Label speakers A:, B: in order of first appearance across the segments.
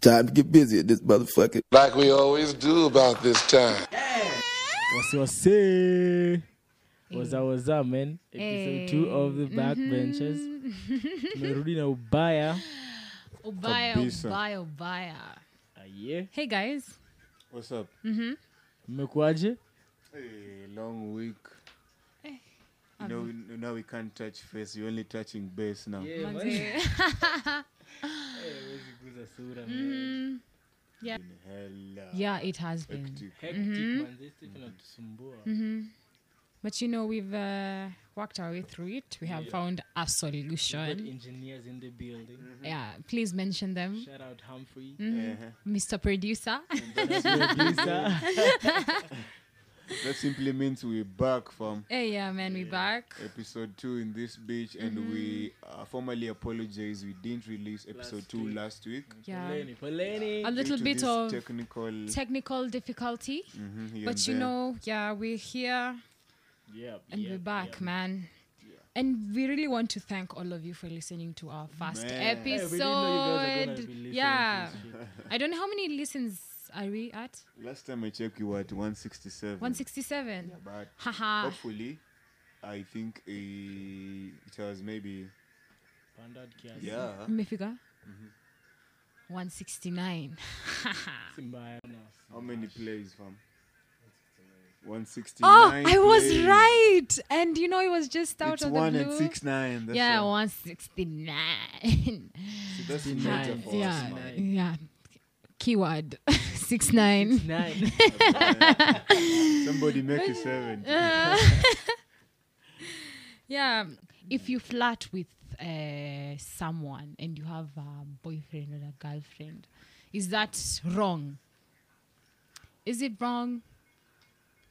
A: Time to get busy at this motherfucker.
B: Like we always do about this time.
C: Wasi wasi. What's up, what's up, man? Episode two of the Backbenchers. Tumerudi na ubaya.
D: Ubaya,
E: Kabisa.
D: ubaya, ubaya.
C: Aye.
D: oh, Hey guys,
E: What's up?
C: Mmekuaje?
E: Hey, long week.
D: Eh,
E: You know, we- now we can't touch face. We're only touching base now.
D: manze. Mm-hmm.
E: Been hella
D: yeah, it has been.
E: hectic.
D: Mm-hmm.
C: Mm-hmm.
D: But you know, we've uh, worked our way through it. We have found a solution.
C: engineers in the building.
D: Yeah, please mention them,
C: Shout out Humphrey.
D: Mm-hmm.
E: Uh-huh.
D: Mr. Producer.
C: Producer.
E: That simply means we're back from
D: hey, yeah, man, we back.
E: episode two in this beach, and we
D: Mm-hmm.
E: uh, formally apologize. We didn't release episode
C: Last
E: two
C: week.
E: last week.
D: Yeah,
C: Poleni, poleni.
D: a little
E: Due to
D: bit
E: this
D: of
E: technical.
D: technical difficulty,
E: Mhm, here
D: but
E: and
D: you
E: there.
D: know, yeah, we're here
C: Yep,
D: and
C: yep,
D: we're back,
C: yep.
D: man. And we really want to thank all of you for listening to our first
E: Man.
C: Hey,
E: Hey,
C: we didn't know you guys were gonna
D: episode.
C: be listening to
D: yeah,
C: this shit.
D: I don't know how many listens are we at.
E: Last time I checked, you were at 167.
D: 167.
E: But
D: Haha.
E: hopefully, I think uh, it was maybe.
C: Pandad kiasi.
E: Yeah.
D: Mmefika?
E: Mm-hmm.
D: 169.
C: Si mbaya sana.
E: How many plays, fam? 169.
D: Oh, I was
E: plays.
D: right. And you know, it was just out
E: It's
D: of the
E: one
D: blue.
E: and six nine. That's
D: yeah,
E: all.
D: 169.
E: That's the
C: Nine.
E: metaphor.
D: yeah,
E: man.
D: yeah. Keyword 69.
C: Nine.
E: Somebody make a seven.
D: Yeah. If you flirt with uh, someone and you have a boyfriend or a girlfriend, is that wrong? Is it wrong?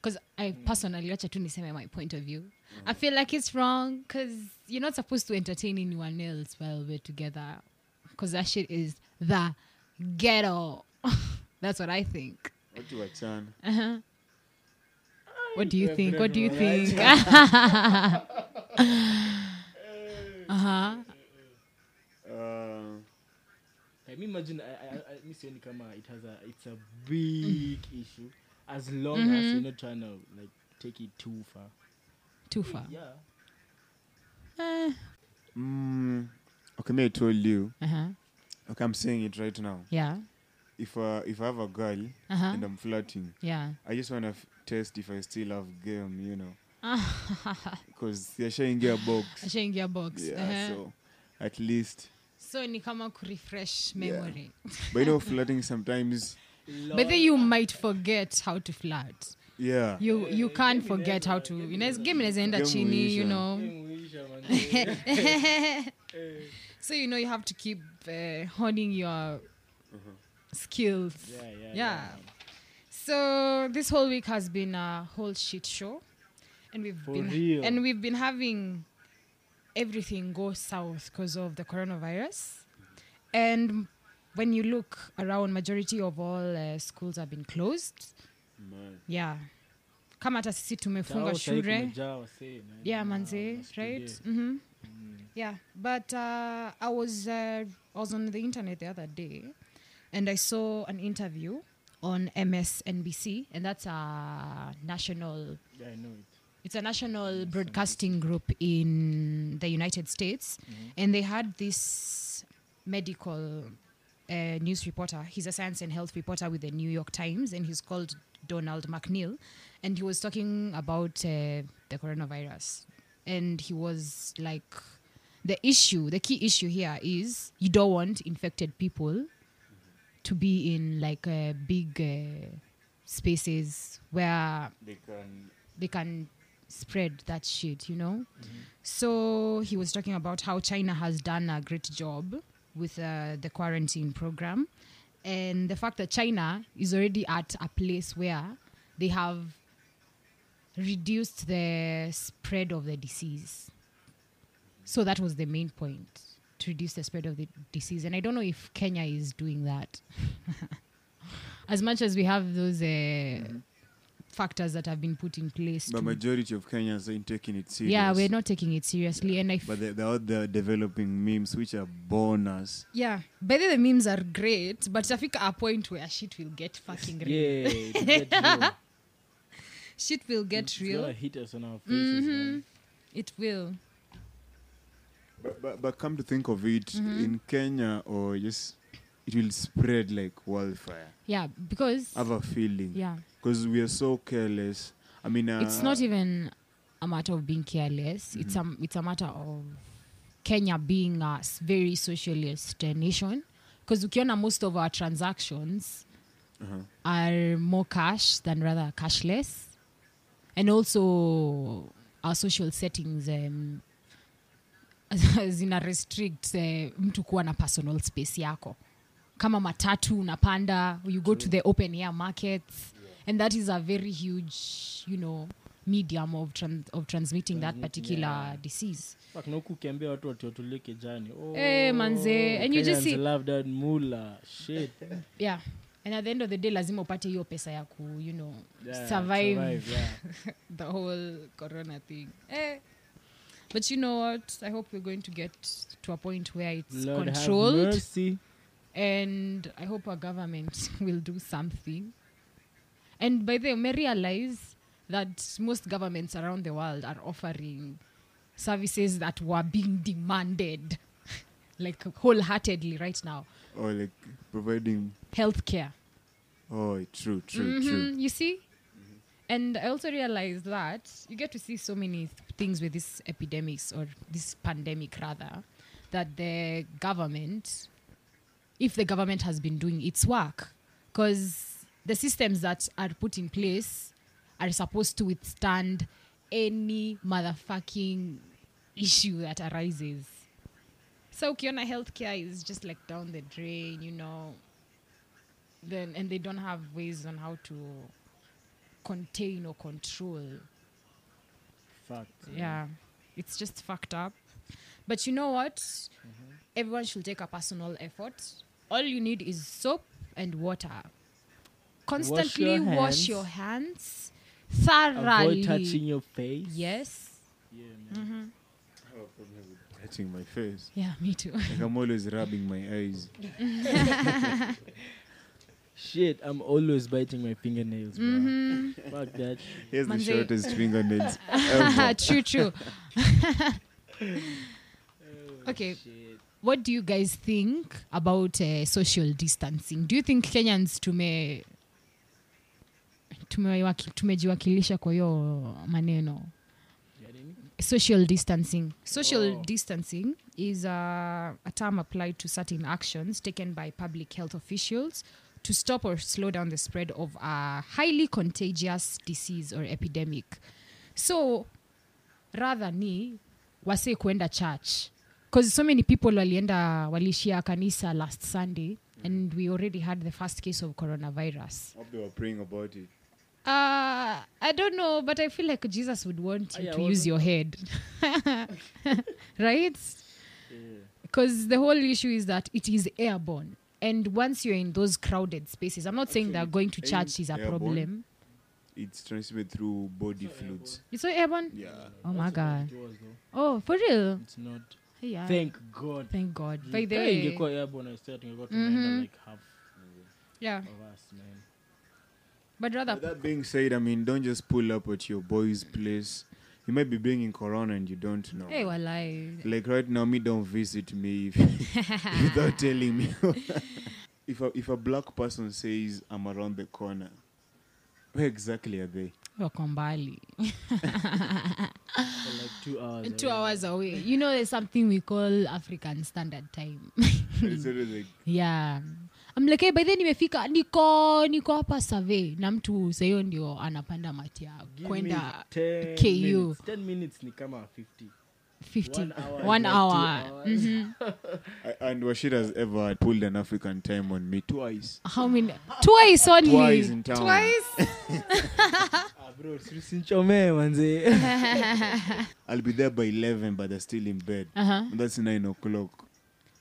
D: Because I personally, wacha tu niseme my point of view. I feel like it's wrong because you're not supposed to entertain anyone else while we're together. Because that shit is the ghetto. That's what I think.
E: What do I turn?
D: What do you think? What do you
C: Definitely.
D: think? uh-huh.
E: Uh,
C: I mean, imagine I, I, I miss any kama it has a it's a big issue as long
D: Mm-hmm.
C: as you're not trying to like take it too far.
D: Too far.
C: Yeah.
D: Eh.
E: mm, okay, may I told you.
D: Uh-huh.
E: Okay, I'm saying it right now.
D: Yeah.
E: If uh, if I have a girl
D: Uh-huh.
E: and I'm flirting,
D: Yeah.
E: I just wanna f- test if I still have game, you know. Because they're sharing a box.
D: ashaingia box
E: Yeah,
D: Uh-huh.
E: so at least.
D: so ni kama kurefresh memory
E: But you know, flirting sometimes.
D: but then you might forget how to flirt
E: Yeah.
D: you you can't forget how to inaweza- game inaweza enda
E: Game
D: chini you
E: uisha.
D: know
C: English, man.
D: so you know you have to keep uh, honing your
E: Uh-huh.
D: skills
C: Yeah, yeah,
D: yeah. So this whole week has been a whole shit show, and we've
C: For
D: been
C: real.
D: and we've been having everything go south because of the coronavirus, and when you look around, majority of all uh, schools have been closed.
E: Man.
D: Yeah, kama hata sisi tumefunga
C: Tao sahi
D: shule
C: kumejaa wasee, man.
D: eh? yeah
C: Na
D: manze right
C: mastudio.
D: mm-hmm. yeah but uh, i was uh, i was on the internet the other day and i saw an interview on msnbc and that's a national
C: Yeah, I know it.
D: it's a national broadcasting group in the united states
E: Mm-hmm.
D: and they had this medical uh, news reporter he's a science and health reporter with the new york times and he's called donald mcneil and he was talking about uh, the coronavirus and he was like the issue the key issue here is you don't want infected people to be in like uh, big uh, spaces where
E: They can.
D: they can spread that shit, you know? So he was talking about how China has done a great job with uh, the quarantine program and the fact that China is already at a place where they have reduced the spread of the disease. So that was the main point to reduce the spread of the disease. And I don't know if Kenya is doing that. as much as we have those uh, factors that have been put in place.
E: But
D: to-
E: majority of Kenyans ain't taking it serious.
D: yeah, we're not taking it seriously, and I f-
E: But they- they're out there developing memes which are bonus.
D: yeah. By the way, the memes are great, but itafika a point where shit will get fucking real.
C: Yeah, to get real.
D: Shit will get
C: It's
D: real. Mm-hmm.
C: gonna hit us on our faces. man.
D: It will.
E: But, but, but come to think of it,
D: Mm-hmm.
E: in Kenya or just it will spread like wildfire.
D: Yeah, because
E: I have a feeling.
D: yeah,
E: Because we are so careless. I mean, uh,
D: it's not even a matter of being careless. It's a it's a matter of Kenya being a s- very socialist uh, nation. Because ukiona most of our transactions
E: Uh-huh.
D: are more cash than rather cashless, and also our social settings um, zina restrict uh, mtu kuwa na personal space yako kama matatu unapanda you go to the open air markets and that is a very huge you know medium of, tran of transmitting that
C: Transmitting,
D: particular
C: yeah.
D: disease
C: Fuck, na huku ukiambia watu watuatulie kijani oh,
D: Eh, manze, and you just
C: Kenyans
D: see-
C: love that mullah. Shit.
D: yeah and at the end of the day lazima upate hiyo pesa ya ku you know
C: Yeah,
D: survive,
C: survive, yeah.
D: the whole corona thing eh. but you know what i hope we're going to get to a point where it's
C: Lord have
D: controlled
C: mercy.
D: and I hope our government will do something. And by the way, may realize that most governments around the world are offering services that were being demanded, like wholeheartedly right now.
E: or like providing.
D: Healthcare.
E: Oh, true, true, true.
D: Mhm, You see? And I also realized that you get to see so many th- things with these epidemics or this pandemic, rather, that the government, if the government has been doing its work, because the systems that are put in place are supposed to withstand any motherfucking issue that arises. So ukiona healthcare is just like down the drain, you know, then and they don't have ways on how to contain or control.
C: Mm-hmm. Fuck.
D: Yeah, it's just fucked up. But you know what?
C: Mm-hmm.
D: Everyone should take a personal effort. All you need is soap and water. Constantly wash your,
C: hands.
D: hands
C: Avoid
D: thoroughly.
C: touching your face.
D: yes.
C: Yeah, man.
E: Touching my face.
D: Yeah, me too.
E: Like I'm always rubbing my eyes.
C: Shit, I'm always biting my fingernails, bro.
D: Mm-hmm.
C: Fuck that. shit.
E: Here's the
D: Manze.
E: shortest fingernails ever.
D: true, true. okay. What do you guys think about uh, social distancing? Do you think Kenyans tume tumewaki- tumejiwakilisha kwa hiyo maneno social distancing social
C: Oh.
D: distancing is a, a term applied to certain actions taken by public health officials to stop or slow down the spread of a highly contagious disease or epidemic so rather ni wase kuenda church because so many people walienda walishia kanisa last sunday and we already had the first case of coronavirus
E: Hope they were praying about it.
D: uh, I don't know, but I feel like Jesus would want you
C: Aya,
D: to
C: why not?
D: use your head. right? Because the whole issue is that it is airborne. And once you're in those crowded spaces, I'm not saying
E: Actually,
D: that going to
E: ain't
D: church is a
E: airborne.
D: problem.
E: It's transmitted through body fluids.
D: It's not airborne?
E: Yeah.
D: Oh my God. Uh,
C: It was, though.
D: Oh, for real?
C: It's not.
D: Yeah.
C: Thank God.
D: Thank God. By the
C: Eh,
D: way,
C: ingekuwa airborne, I still think ingekuwa tumeenda
D: Mhm.
C: like half
D: yeah.
C: of us, man.
D: But rather,
E: With that being said, I mean, don't just pull up at your boy's place. You might be bringing corona and you don't know.
D: hey, walai.
E: Like right now, me don't visit me if, without telling me. if a, if a black person says I'm around the corner, where exactly are they?
D: wako mbali.
C: For like two hours.
D: Two
C: away.
D: hours away. You know, there's something we call African Standard Time.
E: it's always like
D: yeah I'm like, hey, by then nimefika niko niko hapa survey na mtu sahiyo ndio anapanda matia
C: Give
D: kwenda
C: me 10
D: KU.
C: Minutes. 10 minutes ni kama 50.
D: 50
C: One hour is
D: one
C: like two
D: hour Mm-hmm.
C: hours.
E: I, and Washid has ever pulled an African time on me twice.
D: how many twice only
E: Twice in town.
D: Twice?
C: Ah, bro, si- usinichomee, manze.
E: I'll be there by 11, but they're still in bed.
D: Uh-huh.
E: That's 9 o'clock.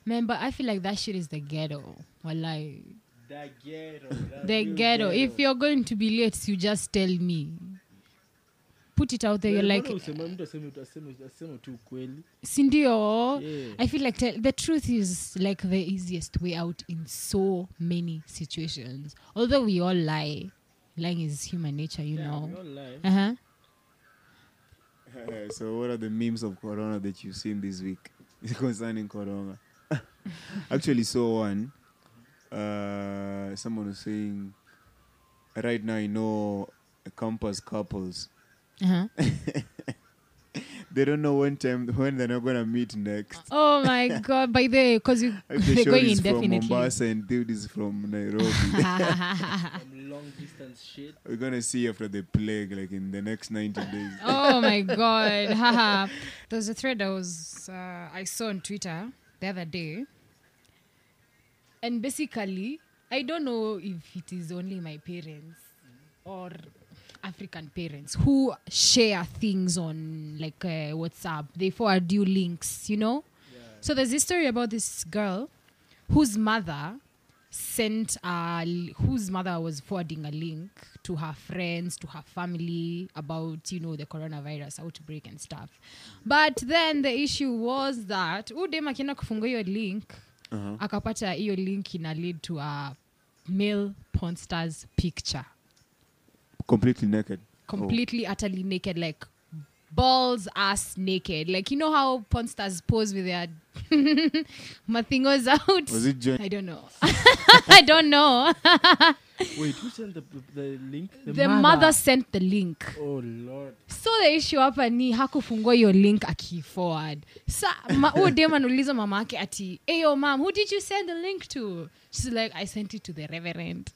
D: man but i feel like that shit is the ghetto walai
C: The ghetto. the
D: the
C: real
D: ghetto. If you're going to be late, you just tell me. Put it out there. You're
C: Mbona
D: like,
C: usema- mtu aseme tu- aseme- aseme tu ukweli
D: Sindio.
C: Yeah.
D: I feel like tell the truth is like the easiest way out in so many situations. Although we all lie, lying is human nature, you
C: Yeah, we
D: know.
C: all lie.
D: Uh huh.
E: Eh, so what are the memes of corona that you've seen this week concerning corona actually saw one uh, someone was saying right now you know campus couples
D: Uh huh.
E: they don't know when time when they're not gonna meet next
D: Oh my god! By the way, because
E: If the
D: they're
E: show
D: going
E: is from
D: indefinitely.
E: Mombasa and dude is from Nairobi.
D: Uh-uh.
C: Some long distance shit.
E: We're gonna see after the plague, like in the next 90 days.
D: oh my god! Haha. there was a thread I was uh, I saw on Twitter the other day, and basically I don't know if it is only my parents or African parents who share things on like uh, WhatsApp. They forward you links, you know. So there's this story about this girl whose mother sent a l- whose mother was forwarding a link to her friends to her family about you know the coronavirus outbreak and stuff but then the issue was that udem akienda kufungua hiyo link uh-huh. akapata hiyo link ina lead to a male porn stars picture
E: Completely naked. Oh.
D: completely utterly naked like balls ass naked like you know how porn stars pose with their mathingos out
E: Was it joint?
D: i don't know i don't know
C: Wait, who sent the, the link?
D: the, mother. sent the link
C: Oh lord.
D: so the issue hapa ni hakufungua hiyo link akiforward sa ma, huyo dem anauliza mama yake ati eyo mam who did you send the link to shes like i sent it to the reverend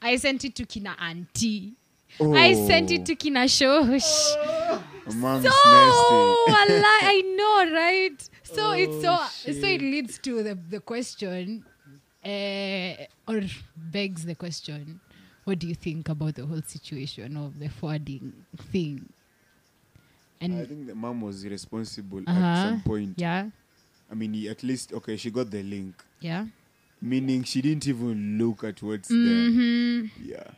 D: i sent it to kina anti i sent it to kina shosh
E: Oh, Mom's
D: so
E: nasty.
D: walai, I know, right? So it's so
C: Oh,
D: so
C: shit.
D: it leads to the the question, uh, or begs the question: What do you think about the whole situation of the forwarding thing?
E: I
D: And
E: think the mom was irresponsible at
D: Uh-huh.
E: some point.
D: yeah,
E: I mean, he- at least, okay, she got the link.
D: yeah,
E: Meaning she didn't even look at what's
D: Mm.
E: there. Yeah.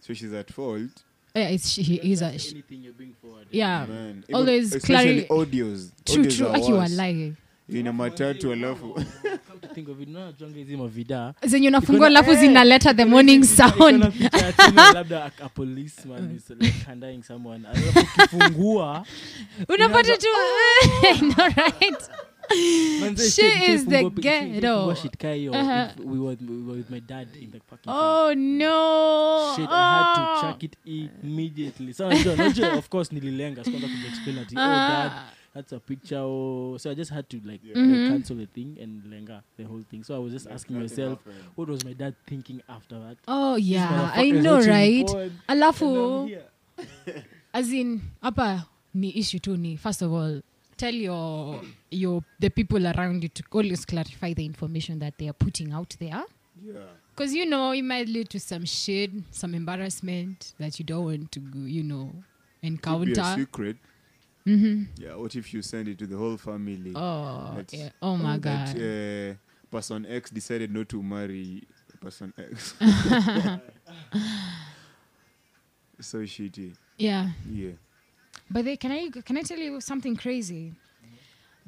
E: So she's at fault.
D: Mm-hmm. yeah. It's she he is a sh-
C: Anything you're being forwarded.
D: yeah.
E: Man. Even-
D: Always
E: Especially
D: clari-
E: audios.
D: True,
E: audios
D: true.
E: are
D: Aki
E: worse.
D: walai.
E: You're in a matatu alafu.
C: Come to think of it, unaona janga hizi mavida.
D: Zenye unafungua alafu
C: Eh,
D: zinaleta the morning
C: Nikiona
D: sound.
C: picha ya tino, labda a, a policeman is like handing someone alafu ukifungua
D: Unapata tu. No right.
C: manze,
D: She
C: shit,
D: is the
C: ukifungua pi- shit,
D: ghetto.
C: ukifungua shit kaa hiyo,
D: Uh-huh.
C: if we were- we were with my dad in the parking lot.
D: Oh no.
C: shit i had
D: Oh.
C: to check it immediately so unajua- unajua, of course nililenga sikwanza kujiexplain ati oh
D: Ah.
C: dad that's a picture oh. so i just had to like
D: Mm-hmm.
C: uh, cancel the thing and lenga the whole thing so i was just asking myself what was my dad thinking after that
D: oh yeah i
C: motherfucker's
D: know
C: watching
D: right
C: porn,
D: alafu
C: here.
D: as in hapa ni issue tu ni first of all tell your, your the people around you to always clarify the information that they are putting out there
E: Yeah.
D: because you know it might lead to some shit some embarrassment that you don't want to go, you know
E: Could be a
D: encounter Mm-hmm.
E: secret. Yeah, what if you send it to the whole family?
D: oh
E: That's-
D: yeah. oh my god
E: That, uh, person X decided not to marry person X. so shitty.
D: yeah
E: Yeah.
D: But they, can I can I tell you something crazy?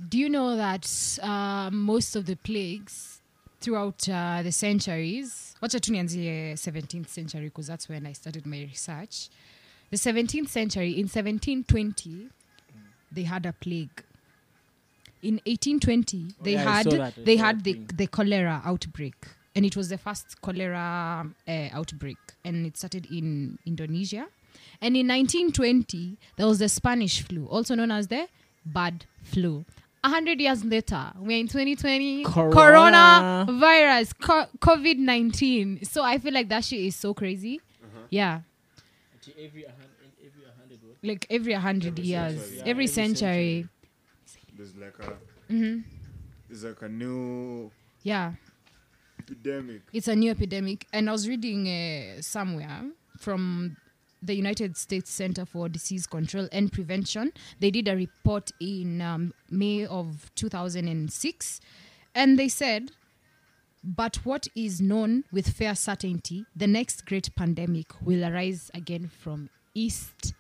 D: Do you know that uh, most of the plagues throughout uh, the centuries, wacha tu nianzie 17th century because that's when I started my research. The 17th century in 1720 they had a plague. In 1820 they
C: Oh, yeah, I
D: had
C: saw that. I
D: they
C: saw
D: had
C: that
D: the,
C: thing.
D: the cholera outbreak and it was the first cholera uh, outbreak and it started in Indonesia. And in 1920, there was the Spanish flu, also known as the bad flu. A hundred years later, we're in 2020.
C: Corona.
D: Coronavirus, co- COVID 19. So I feel like that shit is so crazy. Yeah.
C: Ati every a hun- in- every a hundred what?
D: Like every 100 years,
E: century.
D: every,
C: every
D: century.
E: There's like a
D: Mm-hmm.
E: there's like a new
D: Yeah.
E: epidemic.
D: It's a new epidemic. And I was reading uh, somewhere from the United States Center for Disease Control and Prevention. They did a report in um, May of 2006, and they said But what is known with fair certainty, the next great pandemic will arise again from east,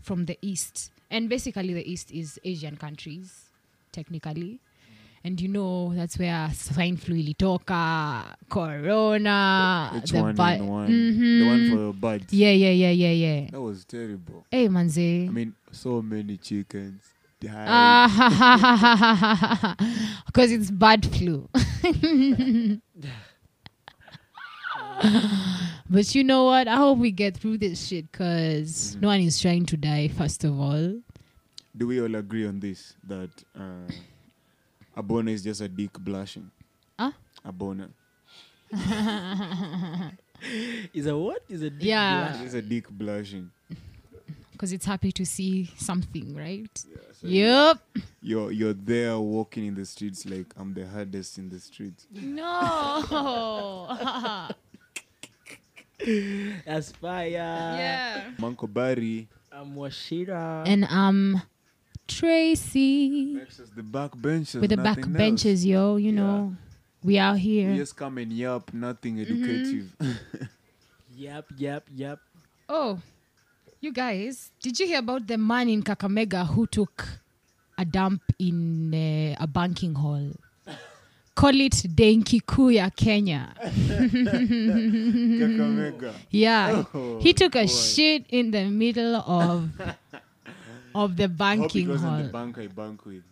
D: from the east, and basically the east is Asian countries, technically, and you know that's where swine flu ilitoka, corona, Ah,
E: H
D: the
E: one
D: bi-
E: N one, the one for your birds.
D: yeah, yeah, yeah, yeah, yeah.
E: That was terrible.
D: Hey, manze.
E: I mean, so many chickens died.
D: Ah. because it's bad flu. but you know what? I hope we get through this shit because
E: Mm.
D: no one is trying to die, first of all.
E: Do we all agree on this that uh, a boner is just a dick blushing?
D: Huh?
E: A boner.
C: Is a what? Is a dick
D: Yeah.
C: black?
E: It's just a dick blushing.
D: Because it's happy to see something, right?
E: so
D: yep.
E: You're you're there walking in the streets like I'm the hardest in the streets.
D: No.
C: That's fire.
D: yeah.
E: Manko Barry
C: I'm Washira.
D: And um, Tracy
E: versus the backbenchers.
D: with the
E: nothing
D: back benches, yo. You
E: Yeah.
D: know, we out
E: Else.
D: here.
E: We just come and yap, nothing
D: Mm-hmm.
E: educative.
C: yep, yep, yep.
D: Oh, you guys, did you hear about the man in Kakamega who took a dump in uh, a banking hall? Call it Denkikuya, Kenya.
E: Kakamega.
D: Yeah,
E: Oh,
D: he took a shit in the middle of of the
E: Hope it
D: banking
E: wasn't
D: hall.
E: the bank I bank with.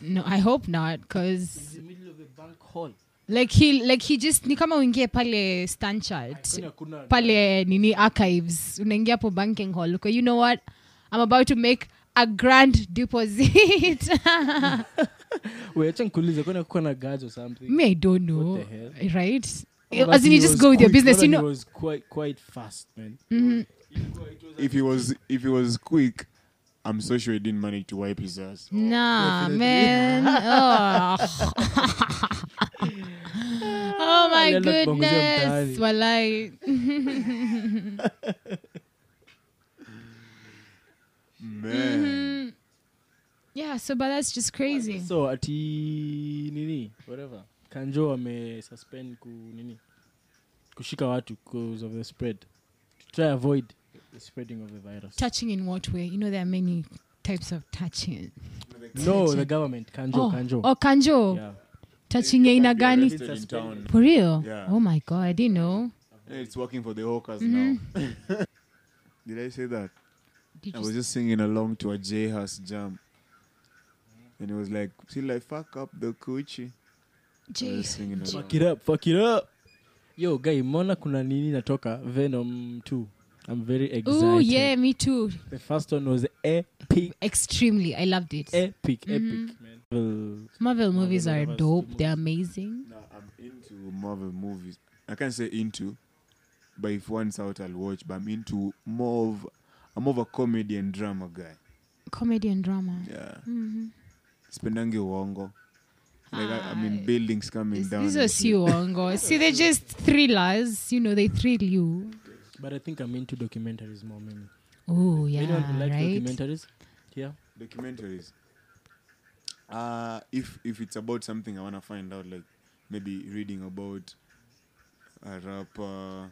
D: no, I hope not, cause
C: The middle of the bank hall.
D: like he like he just ni kama uingie pale Stanchart.
C: Kuna- kuna-
D: pale nini archives unaingia po banking hall uko you know what i'm about to make a grand deposit
C: Wait, acha nikuulize, kuna kuko na guards or something?
D: me i don't know
C: What the
D: right
C: But
D: as in
C: he
D: you just
C: was
D: go with your
C: quick,
D: business you
C: Roland
D: know
C: was quite quite fast, man.
E: If he was if he was quick, I'm so sure he didn't manage to wipe his ass.
D: nah man oh. oh my
C: Alienda kubongozea
D: goodness
C: mtaani.
D: walai
E: Man.
D: yeah so but that's just crazy
C: So ati nini? Whatever. Kanjo ame suspend ku nini? Kushika watu because of the spread. To try avoid the spreading of the virus.
D: touching in what way you know there are many types of touching
C: No, the government. Kanjo,
D: oh,
C: kanjo.
D: oh kanjo
C: Yeah.
D: touching ya ina gani
E: Arrested in town.
D: For real?
E: Yeah.
D: Oh my god, I didn't know.
E: It's working for the hawkers now. Did I say that?
D: Did
E: I
D: you
E: was Mm-hmm. just singing along to a J House jam. And it was like, see, like, fuck up the coochie. I
D: Jay,
E: was singing along.
C: Fuck it up, fuck it up. Yo, guy, mona kuna nini natoka Venom 2. I'm very excited.
D: Oh yeah, me too.
C: The first one was epic,
D: Extremely, I loved it.
C: epic,
D: Mm-hmm.
C: epic, man. Well,
D: Marvel movies are
C: Marvel
D: dope.
C: movies.
D: They're amazing.
E: Nah, I'm into Marvel movies. I can't say into, but if one's out, I'll watch. But I'm into more of, I'm more of a comedy and drama guy.
D: Comedy and drama.
E: Yeah. Mm-hmm. Spendangi wongo. Like, I, I mean, buildings coming
D: This-
E: down.
D: These
E: and
D: are
E: shit.
D: siwongo. See, they're just thrillers. You know, they thrill you.
C: but I think I'm into documentaries more, maybe.
D: Oh yeah,
C: Anyone who likes
D: right.
C: documentaries? Yeah.
E: documentaries uh if if it's about something i want to find out like maybe reading about a rapper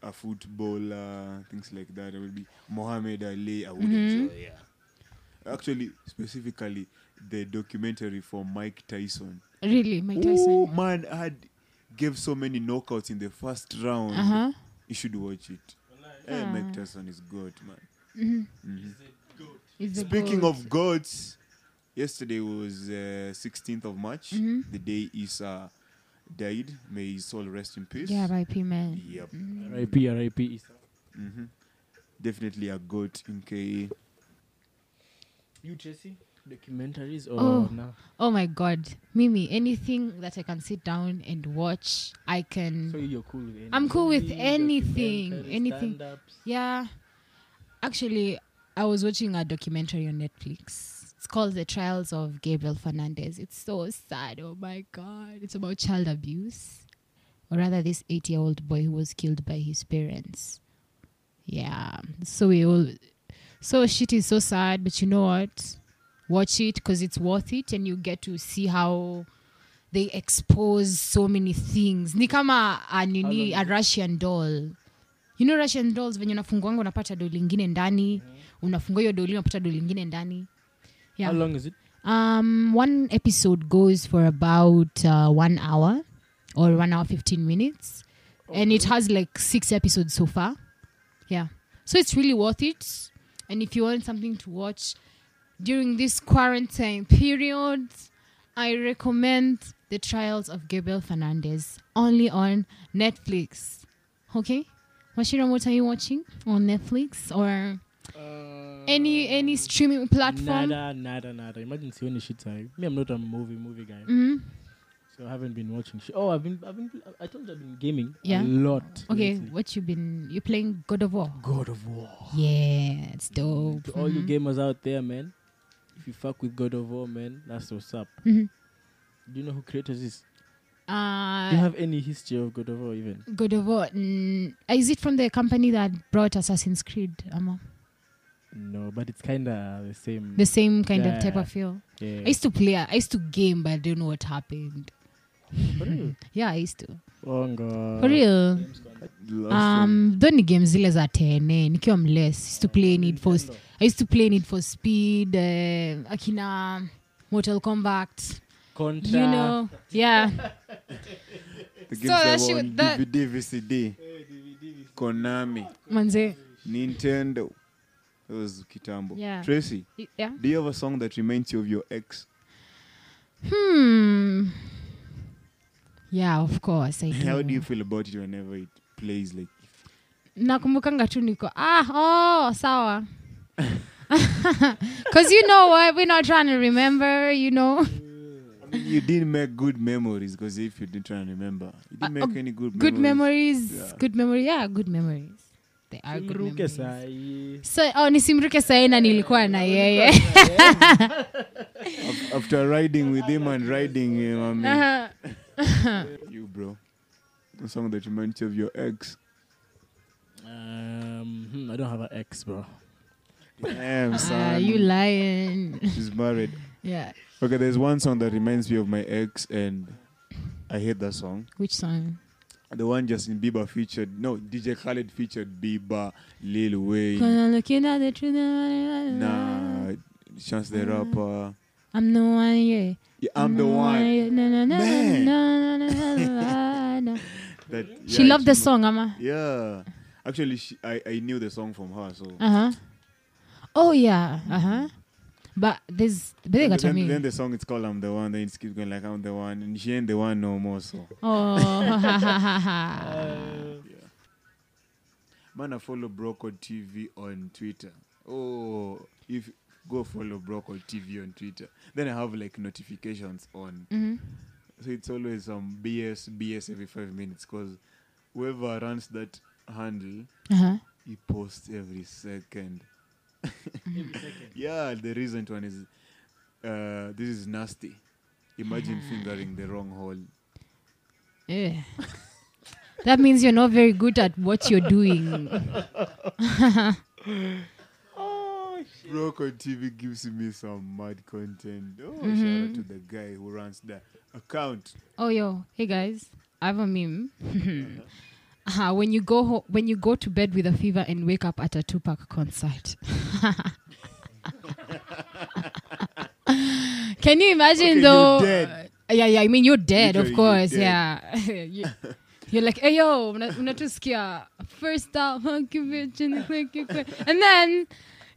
E: a footballer things like that i would be Muhammad ali i would
D: Mm-hmm.
E: enjoy yeah actually specifically the documentary for mike tyson
D: Really, Mike
E: oh
D: Tyson.
E: man had gave so many knockouts in the first round
D: Uh huh.
E: you should watch it hey,
D: Ah.
E: mike tyson is good man
D: Mm-hmm.
E: Mm-hmm. Speaking of goats, yesterday was uh, 16th of March,
D: Mm-hmm.
E: the day Isa died. May his soul rest in peace.
D: Yeah, by P man.
E: Yep. Mm-hmm.
C: RIP, RIP. Issa.
E: Definitely a goat in KE.
C: You, Jesse? Documentaries or
D: Oh.
C: no?
D: Oh my god, Mimi. Anything that I can sit down and watch, I can.
C: So you're cool with anything?
D: I'm cool with anything, anything.
C: Stand-ups.
D: Yeah. Actually, I was watching a documentary on Netflix. It's called The Trials of Gabriel Fernandez. It's so sad. Oh my God. It's about child abuse. Or rather, this eight year old boy who was killed by his parents. Yeah. So we all. So shit is so sad, but you know what? Watch it because it's worth it and you get to see how they expose so many things ni kama a, nini
C: How
D: a russian doll you know russian dolls venye unafunguanga unapata doli ingine ndani unafungua hiyo doli unapata doli ingine ndani
C: How
D: yeah.
C: long is it?
D: um, one episode goes for about uh, one hour or one hour 15 minutes and it has like six episodes so far yeah so it's really worth it and if you want something to watch during this quarantine period i recommend the trials of gabriel fernandez only on netflix okay Mashira, what are you watching on netflix or Uh, any any streaming platform
C: Uh, Nada, nada, nada. Imagine seeing shit time. Me, I'm not a movie movie guy,
D: Mhm.
C: so I haven't been watching. Shit. Oh, I've been, I've been, I told you I've been gaming
D: Yeah.
C: a lot.
D: Okay,
C: lately.
D: what you been? You playing God of War?
C: God of War.
D: Yeah, it's dope. Mm-hmm.
C: To all Oh, you gamers out there, man, if you fuck with God of War, man, that's what's up.
D: Mhm.
C: Do you know who Kratos is? Do you
D: Uh,
C: have any history of God of War even?
D: God of War. Mm, is it from the company that brought Assassin's Creed? Ama?
C: No, but it's kind of the same.
D: The same kind of type
C: Yeah.
D: of feel. I
C: yeah.
D: used to play. I used to game, but I don't know what happened.
C: For real? Oh,
D: Yeah, I used to.
C: Bongo.
D: For real.
E: Last one.
D: Um, thoni game zile za tene nikiwa mles used to play need for, I used to play need for speed uh, akina Mortal Kombat
C: Contra.
D: you know yeah
E: The
D: so
E: games that
D: that
E: were
D: should-
E: on
D: that-
E: DVD, VCD, Konami,
D: manze
E: Nintendo. It was Kitambo.
D: Yeah.
E: Tracy,
D: yeah
E: do you have a song that reminds you of your ex?
D: Hmm. Yeah, of course I do.
E: How do you feel about it whenever it plays? Like,
D: nakumbukanga tu niko ah oh sawa because you know what we're not trying to remember you know
E: I mean, you didn't make good memories because if you didn't try and remember, you didn't
D: Uh,
E: make any good memories.
D: good memories
E: Yeah.
D: good memory yeah good memories they are good
C: Simruke sahi.
D: memories. so oh nisimruke sahi na nilikuwa na yeye
E: Af- After riding with him and riding him, I mean,
D: Uh-huh.
E: you, bro. A song that reminds you of your ex.
C: Um, hmm, I don't have an ex, bro.
E: Damn,
D: Ah,
E: son.
D: you lying
E: She's married.
D: yeah
E: Okay, there's one song that reminds me of my ex, and I hate that song.
D: which song
E: The one Justin Bieber featured, no, DJ Khaled featured Bieber, Lil Wayne,
D: Gonna look in at the truth and-
E: nah, Chance the Rapper.
D: I'm the one yeah
E: Yeah, I'm the one. Man.
D: one.
E: That,
D: She
E: yeah,
D: loved the
E: she-
D: song, Ama.
E: Yeah. Actually, she, I, I knew the song from her, so.
D: Uh huh. Oh yeah. Uh huh. But there's but they
E: Then,
D: got to
E: then,
D: me.
E: the song it's called I'm the One, then it keeps going like I'm the One, and she ain't the one no more, so.
D: Oh. ha, ha, ha, ha.
E: Man, I follow Brocode TV on Twitter. Oh, if go follow Brocode TV on Twitter, then I have like notifications on.
D: Mhm.
E: So it's always some BS, BS every five minutes because whoever runs that handle,
D: Uh-huh.
E: he posts every second. Yeah, the recent one is uh, this is nasty. Imagine fingering the wrong hole.
D: Yeah. That means you're not very good at what you're doing.
E: Brocode TV gives me some mad content. Oh, shout
D: Mm-hmm.
E: out to the guy who runs the account.
D: Oh yo, hey guys, I have a meme. uh, when you go ho- when you go to bed with a fever and wake up at a Tupac concert. Can you imagine
E: Okay,
D: though?
E: you're dead.
D: Uh, yeah, yeah. I mean, you're dead,
E: Literally,
D: of
E: you're
D: course.
E: dead.
D: Yeah. you, you're like, hey yo, una- unatusikia first up, funky bitch, and the quick, quick, quick." and then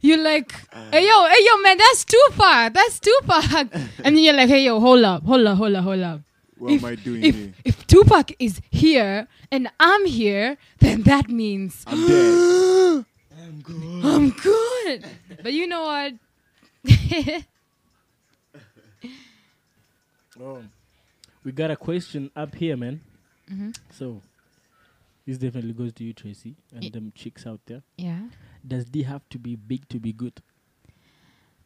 D: you're like, hey yo, hey yo, man, that's too far, that's too far, and then you're like, hey yo, hold up, hold up, hold up, hold up.
E: What am I doing
D: If
E: here?
D: if Tupac is here and I'm here, then that means
E: I'm dead.
D: I'm good. But you know what?
C: Oh. We got a question up here, man.
D: Mm-hmm.
C: So, this definitely goes to you, Tracy, and
D: Ye-
C: them chicks out there.
D: yeah.
C: Does D have to be big to be good?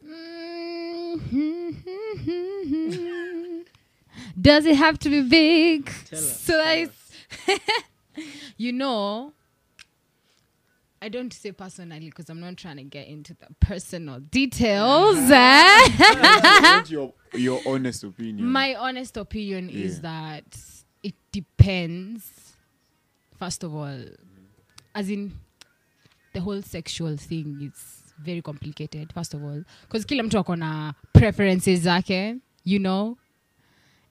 D: Mm-hmm. Does it have to be big?
C: Tell us,
D: so I, you know, I don't say personally because I'm not trying to get into the personal details. eh?
E: Don't your your honest opinion.
D: My honest opinion
E: Yeah.
D: is that it depends. First of all, as in the whole sexual thing is very complicated. First of all, because kila mtu akona preferences zake, you know,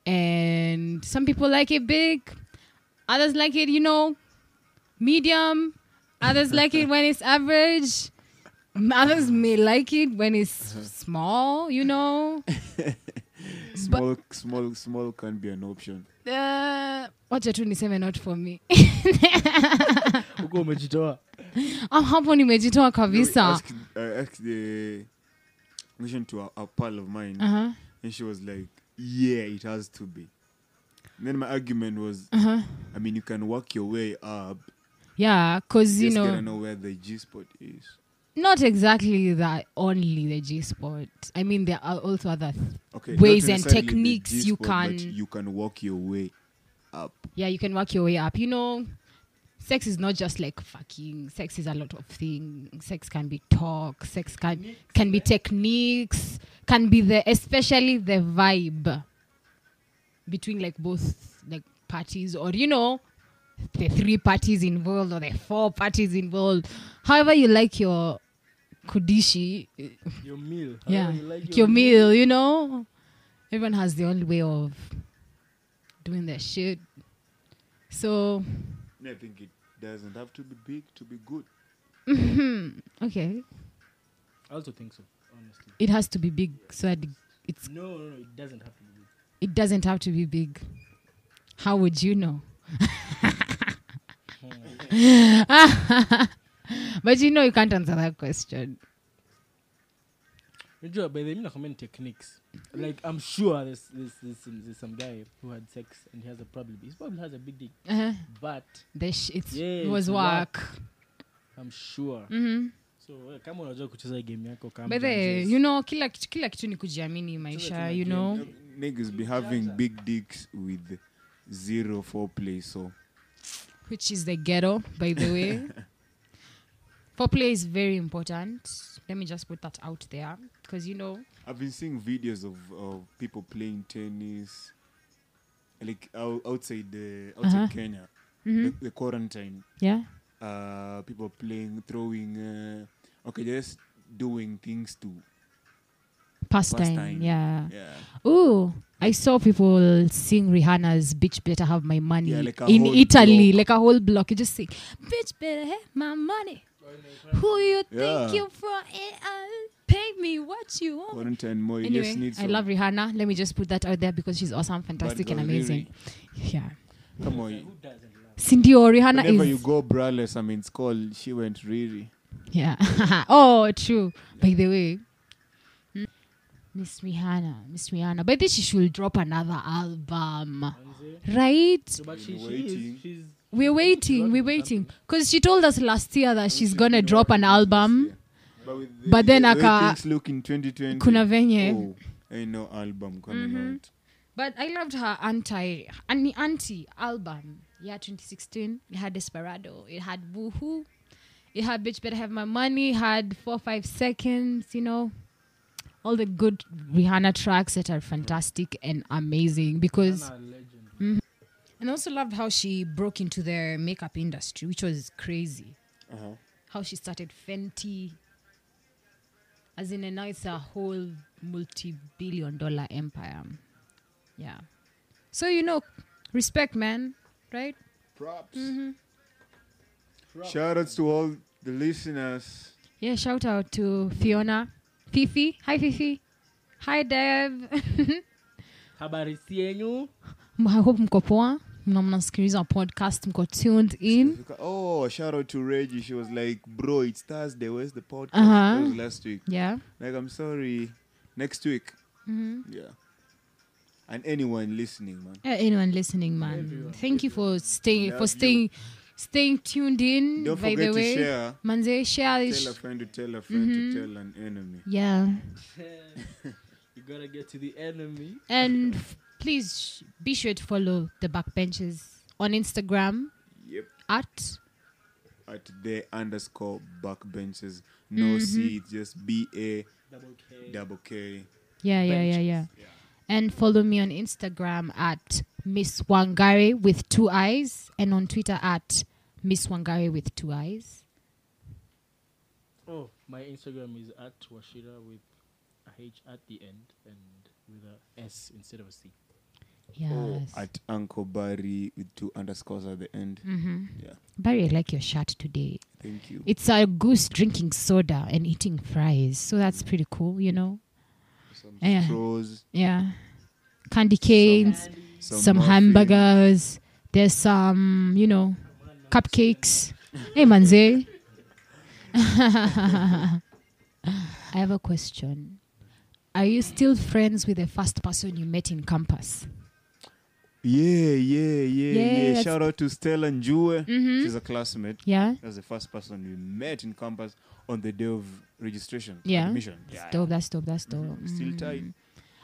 D: and some people like it big, others like it, you know, medium. Others like it when it's average. Others may like it when it's small, you know.
E: small, small, small can be an option.
D: Uh, wacha tu niseme not for me
C: huko umejitoa
D: Ah, hapo nimejitoa kabisa
E: I asked, I asked uh, the question to a, a pal of mine,
D: Uh-huh.
E: and she was like, "Yeah, it has to be." And then my argument was,
D: Uh-huh.
E: I mean, you can work your way up.
D: yeah cause you
E: just
D: know
E: gotta know where the G spot is.
D: not exactly that only the g spot i mean there are also other
E: Okay,
D: Ways
E: not
D: and
E: necessarily the
D: techniques
E: G
D: you
E: spot, but
D: can-
E: you can work your way up.
D: yeah you can work your way up you know sex is not just like fucking sex is a lot of things sex can be talk sex can can be techniques can be the especially the vibe between like both like parties or you know the three parties involved or the four parties involved however you like your kudishi
C: your meal
D: yeah
C: However you like
D: like your meal you know everyone has their own way of doing their shit so
E: I think it doesn't have to be big to be good.
D: okay
C: i also think so honestly
D: it has to be big so that it's
C: no no no it doesn't have to be
D: it doesn't have to be big how would you know but you know you can't answer that question
C: Unajua, by the way, mi nakwambia ni techniques like i'm sure there's, there's, there's, some- there's some guy who had sex and he has a problem he probably has a big dick
D: uh,
C: but
D: the sh- it's,
C: Yeah,
D: it was
C: it's
D: work
C: i'm sure
D: Mhm.
C: so eh, kama unajua kucheza game yako kama
D: by the way, you know kila kitu, kila kitu ni kujiamini maisha you know
E: Niggas be having big dicks with zero foreplay, so
D: which is the ghetto, by the way. Foreplay is very important. Let me just put that out there because you know,
E: I've been seeing videos of, of people playing tennis, like ou- outside the outside
D: Uh-huh.
E: Kenya, the, the quarantine.
D: yeah,
E: Uh, people playing, throwing, uh, okay, just doing things to
D: pastime,
E: Pastime.
D: yeah.
E: yeah,
D: Ooh, I saw people sing Rihanna's "Bitch Better Have My Money"
E: Yeah, like a
D: in
E: whole
D: Italy,
E: block.
D: like a whole block. You just sing "Bitch Better Have My Money." Who you
E: Yeah.
D: think you from? Eh, uh, Pay me what you want.
E: quarantine more. you just
D: Anyway,
E: need
D: I
E: some-
D: love Rihanna. Let me just put that out there because she's awesome, fantastic, and
E: Barbariri.
D: amazing. Yeah,
E: Come on,
D: Cindy or Rihanna
E: whenever
D: is
E: you go braless, I mean, it's called she went really.
D: Yeah. oh, true. By the way, mm, Miss Rihanna, Miss Rihanna. By then she should drop another album, right?
C: but she, she
E: Waiting.
C: is, she's
D: We're waiting. We're waiting because she told us last year that she's gonna drop an album.
E: But, with the,
D: Hmm? But then
E: the way
D: aka-
E: things look in 2020.
D: Kuna venye. Mm-hmm.
E: Oh, ain't no album coming out.
D: But I loved her anti an anti album. Yeah, 2016. It had Desperado. It had Woohoo. It had Bitch Better Have My Money. It had Four Five Seconds. You know, all the good Rihanna tracks that are fantastic and amazing. Because
C: a legend
D: and I also loved how she broke into the makeup industry, which was crazy.
E: Uh-huh.
D: How she started Fenty. As in, and now it's a whole multi-billion-dollar empire. Yeah. So you know, respect, man. Right?
E: Props.
D: Mm-hmm.
E: Shout outs to all the listeners.
D: Yeah. Shout out to Fiona, Fifi. Hi, Fifi. Hi, Dev.
C: habari sienyu
D: I hope mko poa. Mna- Mnasikiliza podcast. Mko tuned in.
E: Oh, shout out to Reggie. She was like, Bro, it's Thursday. Where's the podcast?
D: Uh-huh.
E: That was last week.
D: Yeah. Mm-hmm.
E: Like, I'm sorry. Next week. Yeah. And anyone listening, man.
D: Uh, anyone listening, man, thank you for staying
E: Love
D: for staying staying tuned in.
E: Don't
D: Mm, by
E: forget
D: the
E: to
D: way,
E: share.
D: manze, share this.
E: Tell a friend to tell a friend to
D: Mm-hmm.
E: tell an enemy.
D: yeah,
C: you gotta get to the enemy
D: and f- please sh- be sure to follow the backbenchers on Instagram
E: Yep.
D: at
E: At the underscore backbenches.
D: Mm-hmm.
E: No C, it's just B A
C: double k
E: double K.
D: yeah yeah yeah
C: Benches.
D: yeah. And follow me on Instagram at Miss Wangare with two eyes and on Twitter at Miss Wangare with two eyes.
C: Oh, my Instagram is at Washira with a H at the end and with a S instead of a C.
E: Oh,
D: Yes.
E: At Uncle Barry with two underscores at the end.
D: mm-hmm.
E: Yeah.
D: Barry, I like your shirt today.
E: Thank you.
D: It's a goose drinking soda and eating fries. So that's pretty cool, you know?
E: Some
D: Yeah.
E: straws,
D: Yeah. Candy canes.
E: some,
D: some,
E: muffins.
D: hamburgers. There's some, you know, cupcakes. hey, manze. I have a question. Are you still friends with the first person you met in campus?
E: Yeah, yeah, yeah,
D: Yeah,
E: yeah.
D: that's-
E: Shout out to Stella Njue.
D: Mm-hmm.
E: She's a classmate.
D: Yeah?
E: That's the first person we met in campus on the day of registration.
D: Yeah.
E: Admission. Yeah.
D: Dope, that's dope, that's dope.
E: Still
D: Mm.
E: tight.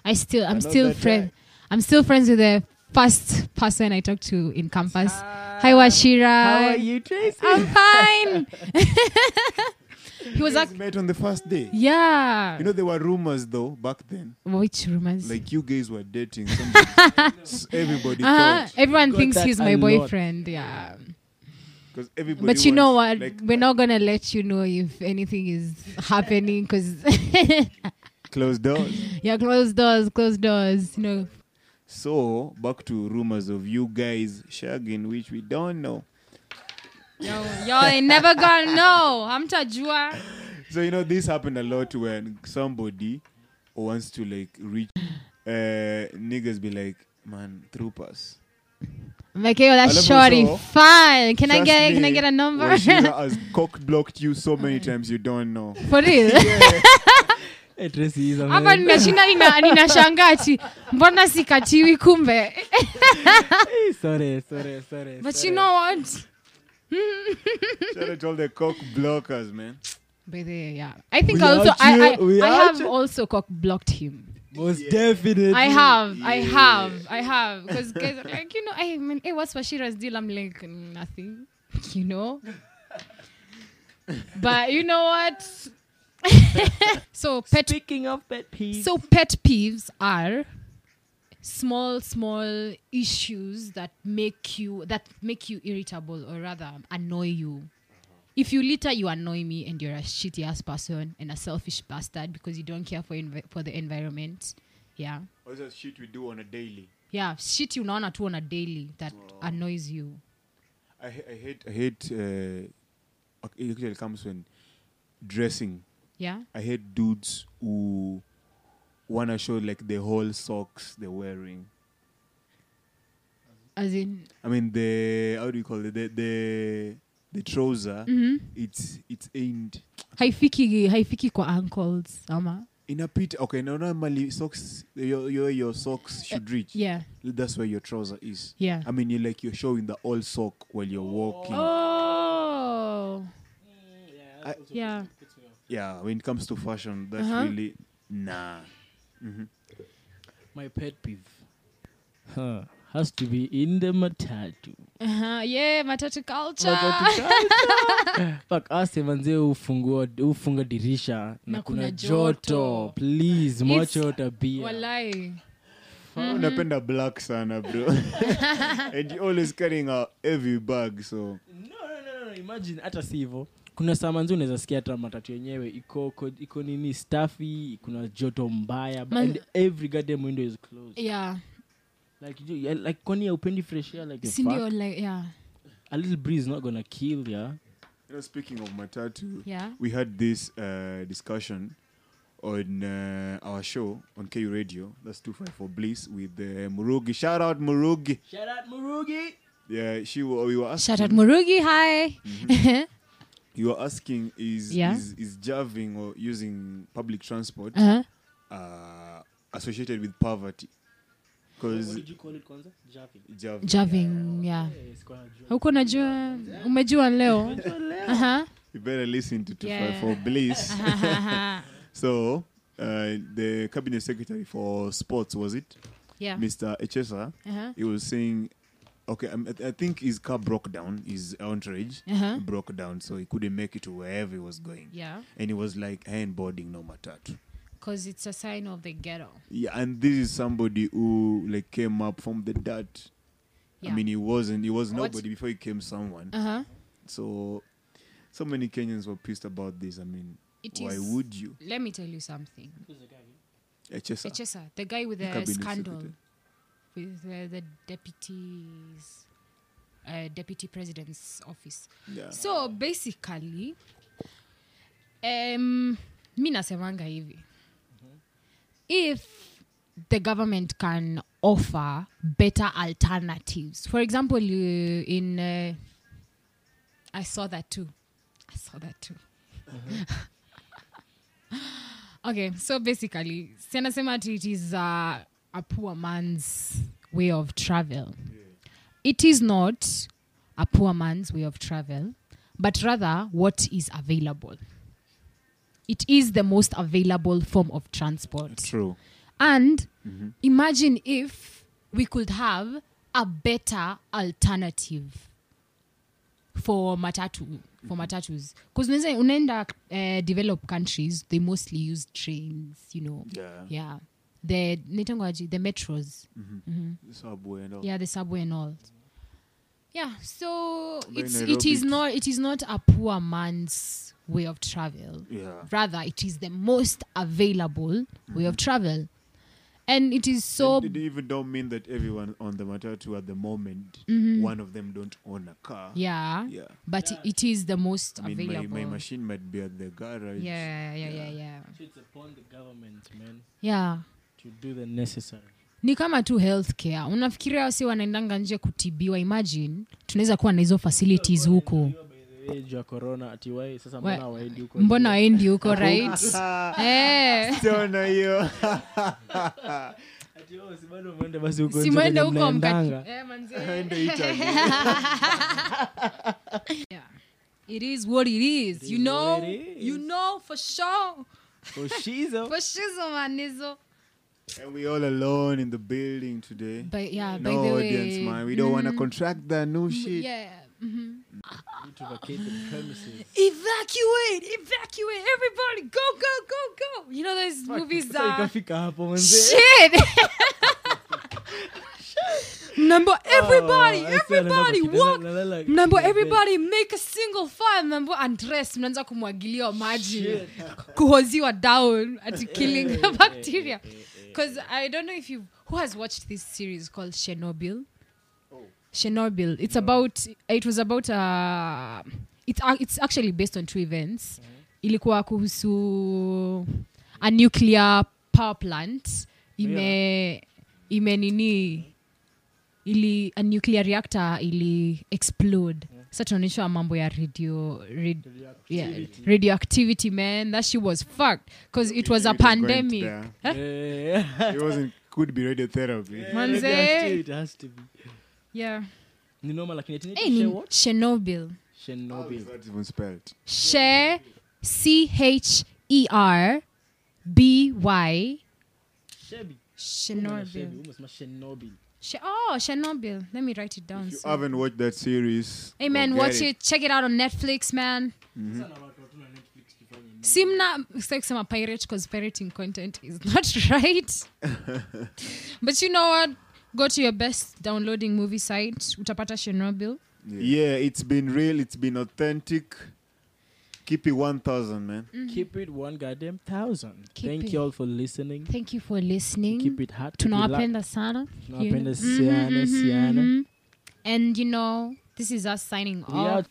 D: I still,
E: I
D: I'm
E: love
D: still
E: that
D: friend.
E: guy.
D: I'm still friends with the first person I talked to in campus. Hi, Washira. How are you, Tracy? I'm fine. he was
E: You guys
D: like,
E: met on the first day.
D: yeah.
E: You know, there were rumors though back then.
D: Which rumors?
E: Like you guys were dating somebody. S- everybody
D: Uh-huh.
E: thought.
D: Everyone
C: Got
D: thinks
C: that
D: he's
C: a
D: my
C: lot.
D: boyfriend. Yeah.
E: Because everybody
D: But you know
E: was
D: what?
E: Like
D: We're not going to let you know if anything is happening because,
E: closed doors.
D: yeah, closed doors, closed doors. You know,
E: So back to rumors of you guys shagging, which we don't know.
D: yo, yo, they never going to know. Hamtajua.
E: So you know this happened a lot when somebody wants to like reach uh niggas be like, man, troopers.
D: I'm like, yo, that's
E: Alafu
D: shorty.
E: so,
D: Fine. Can I
E: Trust
D: get can I
E: me,
D: get a number?
E: Washira has cock blocked you so many times you don't know.
D: For real.
C: Hey, Tracy is a
D: Hapa
C: man.
D: ninashinda nina- ninashangaa ati mbona sikatiwi kumbe.
C: Hey, sorry, sorry, sorry.
D: But
C: sorry.
D: you know what?
E: Shout out to all the cock blockers, man.
D: By the way, yeah. I think
C: We
D: also
C: out here,
D: I
C: we
D: I, I
C: out
D: have
C: here.
D: also cock blocked him.
C: most definitely.
D: I have, I have, I have. Because guys are like, you know, I mean, hey, what's Washira's deal? I'm like, "Mm, nothing, you know. but you know what? so pet,
C: Speaking of pet peeves,
D: so pet peeves are small, small issues that make you that make you irritable or rather annoy you. If you litter, you annoy me, and you're a shitty ass person and a selfish bastard because you don't care for envi- for the environment. Yeah
E: What's that shit we do on a daily?
D: yeah shit unaona tu on a daily that annoys you
E: I, ha- I hate I hate uh, ac- it actually comes when dressing.
D: yeah
E: I hate dudes who wanna show like the whole socks they're wearing.
D: as in
E: I mean the how do you call it the the the trouser
D: Mm-hmm.
E: it's it's aimed
D: haifiki haifiki kwa ankles ama
E: in a pit okay no normally socks your your, your socks should reach
D: yeah
E: that's where your trouser is
D: yeah
E: I mean you're like you're showing the old sock while you're walking
D: oh
E: I-
D: uh, yeah
E: yeah when it comes to fashion that's
D: Uh-huh.
E: really nah
C: my pet peeve huh, has to be in the matatu.
D: uh-huh. yeah matatu
C: Oh
D: culture
C: Fuck, ase manzee hufungua hufunga dirisha na kuna
D: Na kuna
C: joto
D: joto.
C: please
D: It's-
C: mwache hiyo tabia
D: walai Mm-hmm.
E: unapenda black sana bro and you always carrying a heavy bag so
C: No, no, no, no, imagine hata si hivyo kuna saa manzi unaweza sikia hata matatu yenyewe iko iko- iko nini staffy kuna joto mbaya but-
D: Man-
C: and every goddamn window is closed
D: yeah
C: like, you- yeah, like kwani haupendi fresh air like the
D: sindio
C: fuck?
D: like yeah
C: a little breeze is not gonna kill ya
E: you know speaking of matatu
D: yeah
E: we had this uh, discussion on uh, our show on KU Radio. That's 254 Bliss with uh, Murugi. Shout out Murugi.
C: Shout out Murugi.
E: Yeah, she wa- we were asking.
D: shout out murugi hi Mm-hmm.
E: You were asking is
D: Yeah.
E: is is javing or using public transport
D: uh-huh.
E: uh, associated with poverty?
C: What
E: Because
C: did you call it kwanza? Javi.
E: javing.
D: javing yeah
C: Yes, kwa jua.
D: huko najua umejua leo uh-huh.
E: You better listen to
D: Yeah.
E: 254 Bliss. so uh, the cabinet secretary for sports was it,
D: yeah
E: Mr. Echesa?
D: uh-huh.
E: he was saying, okay, um, I I think his car broke down, his entourage
D: Uh-huh.
E: broke down, so he couldn't make it to wherever he was going.
D: yeah
E: And he was like, I ain't boarding no matatu.
D: because it's a sign of the ghetto.
E: Yeah, and this is somebody who like came up from the dirt.
D: Yeah.
E: I mean, he wasn't. He was
D: What-
E: nobody before he came someone.
D: uh huh.
E: So, so many Kenyans were pissed about this. I mean,
D: It
E: why
D: is-
E: would you?
D: Let me tell you something.
E: HSR.
D: Echesa, the guy with the
E: Cabinet
D: scandal
E: secretary.
D: with the, the deputy's uh, deputy president's office.
E: Yeah.
D: So basically, um, mi nasemanga hivi. If the government can offer better alternatives, for example, uh, in uh, I saw that too. I saw that too. okay, so basically, Senasema it is uh, a poor man's way of travel. It is not a poor man's way of travel, but rather what is available. It is the most available form of transport.
E: True.
D: And
E: Mm-hmm.
D: imagine if we could have a better alternative for matatu for
E: Mm-hmm.
D: matatus because unaenda uh, developed countries they mostly use trains you know
E: Yeah.
D: yeah the naitangwaji the metros
E: Subway and all.
D: yeah the subway and all yeah so
E: By
D: it's, it
E: Nairobi
D: is
E: to-
D: not it is not a poor man's way of travel
E: Yeah.
D: rather it is the most available way of travel and it is so
E: And it even don't mean that everyone on the matatu at the moment, one of them don't own a car.
D: Mm-hmm. yeah,
E: Yeah.
D: but it is the most
E: I mean, my,
D: available
E: my machine might be at the garage.
D: yeah, yeah yeah yeah yeah
C: So it's upon the government, man,
D: yeah
C: to do the necessary.
D: ni kama tu healthcare unafikiria wasi wanaendanga nje kutibiwa imagine tunaweza kuwa na hizo facilities huku
C: jua corona atiwai sasa
D: Wa-
C: mbona waendi huko
D: mbona waendi huko right eh.
E: Don't know you.
C: Ati, oh, si bado mwende basi huko nje
D: simwende
C: kwenye
D: huko Eh,
C: mnaendanga.
E: Aende Italy.
D: It is what it is, you
C: is
D: know.
C: what it
D: You
C: is.
D: know for sure.
C: Oh, shizo.
D: For shizo manizo.
E: and we all alone in the building today.
D: But yeah, by
E: no
D: the
E: audience,
D: way, mm-hmm. Mm,
E: man. We don't want to contract that new shit.
D: yeah. mhm.
C: Need to vacate the premises.
D: Evacuate, evacuate, everybody, go, go, go, go. You know those movies uh,
C: Sasa
D: are
C: ikafika hapo mwenze
D: shit. Number everybody,
C: Oh, I said,
D: everybody,
C: another-
D: walk.
C: another-
D: mnambo
C: another-
D: everybody make a single fire mnambo andress mnaanza kumwagiliwa maji
C: Shit.
D: kuhoziwa down at killing the bacteria because i don't know if you who has watched this series called chernobyl chernobyl it's about it was about uh, it's, ac- it's actually based on two events ilikuwa kuhusu a nuclear power plant ime ime nini ili a nuclear reactor ili explode sa tunaonyeshwa mambo ya radio rad, yeah, radioactivity man that she was fucked because it was a
E: It was going to
D: pandemic
E: die.
C: Yeah.
E: It wasn't. Could be radiotherapy.
C: It
D: Manze.
C: has to- it has to be.
D: yeah
C: Ni normal, lakini ati
D: hey,
C: share
D: ni
C: what?
D: chernobyl
E: How is
C: Chernobyl.
E: that even spelled?
D: Cher C H E R B Y
C: Shebi.
D: Chernobyl.
C: Shebi, umesema Chernobyl.
D: Che- oh, Chernobyl. Let me write it down.
E: If you
D: so-
E: haven't watched that series,
D: Hey man,
E: go get
D: watch it. Check it out on Netflix, man. Simna, sitaki kusema pirate because pirating content is not right. but you know what? Go to your best downloading movie site. Utapata Chernobyl.
E: Yeah. it's been real. It's been authentic. Keep it one thousand, man.
D: Mm.
C: Keep it one goddamn thousand.
D: Keep
C: Thank
D: it.
C: you all for listening.
D: Thank you for
C: Keep
D: listening.
C: it hot. keep it locked.
D: Tunawapenda sana.
C: Tunawapenda
D: Mhm,
C: sana,
D: mhm,
C: sana.
D: mhm. And you know, this is us signing
C: We
D: off.
C: out.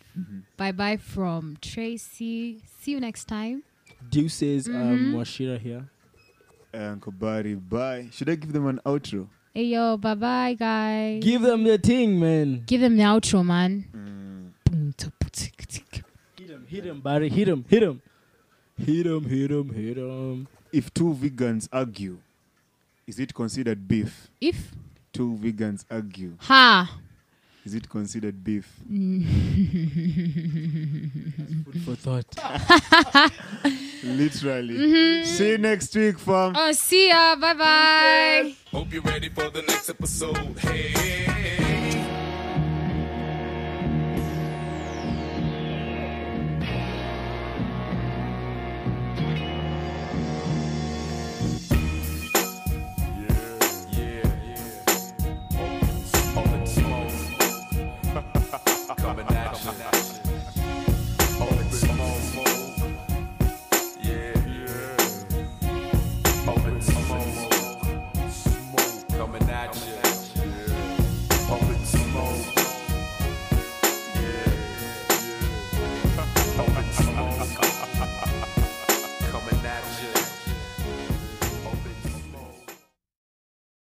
D: Bye bye from Tracy. See you next time.
C: Deuces, um,
D: Mm-hmm.
C: Washira here.
E: Eh, Uncle Barry, bye. Should I give them an outro?
D: Hey yo, bye bye guys.
C: Give them the thing, man.
D: Give them the outro, man.
C: Mm. Hit him, hit him, Barry. Hit him, hit him. Hit him, hit him, hit him.
E: If two vegans argue, is it considered beef?
D: If
E: Two vegans argue,
D: ha
E: is it considered beef?
D: Mm.
C: Food for thought.
E: Literally.
D: Mm-hmm.
E: See you next week, fam.
D: oh see ya, bye bye.
F: Hope you're ready for the next episode. Hey. at you.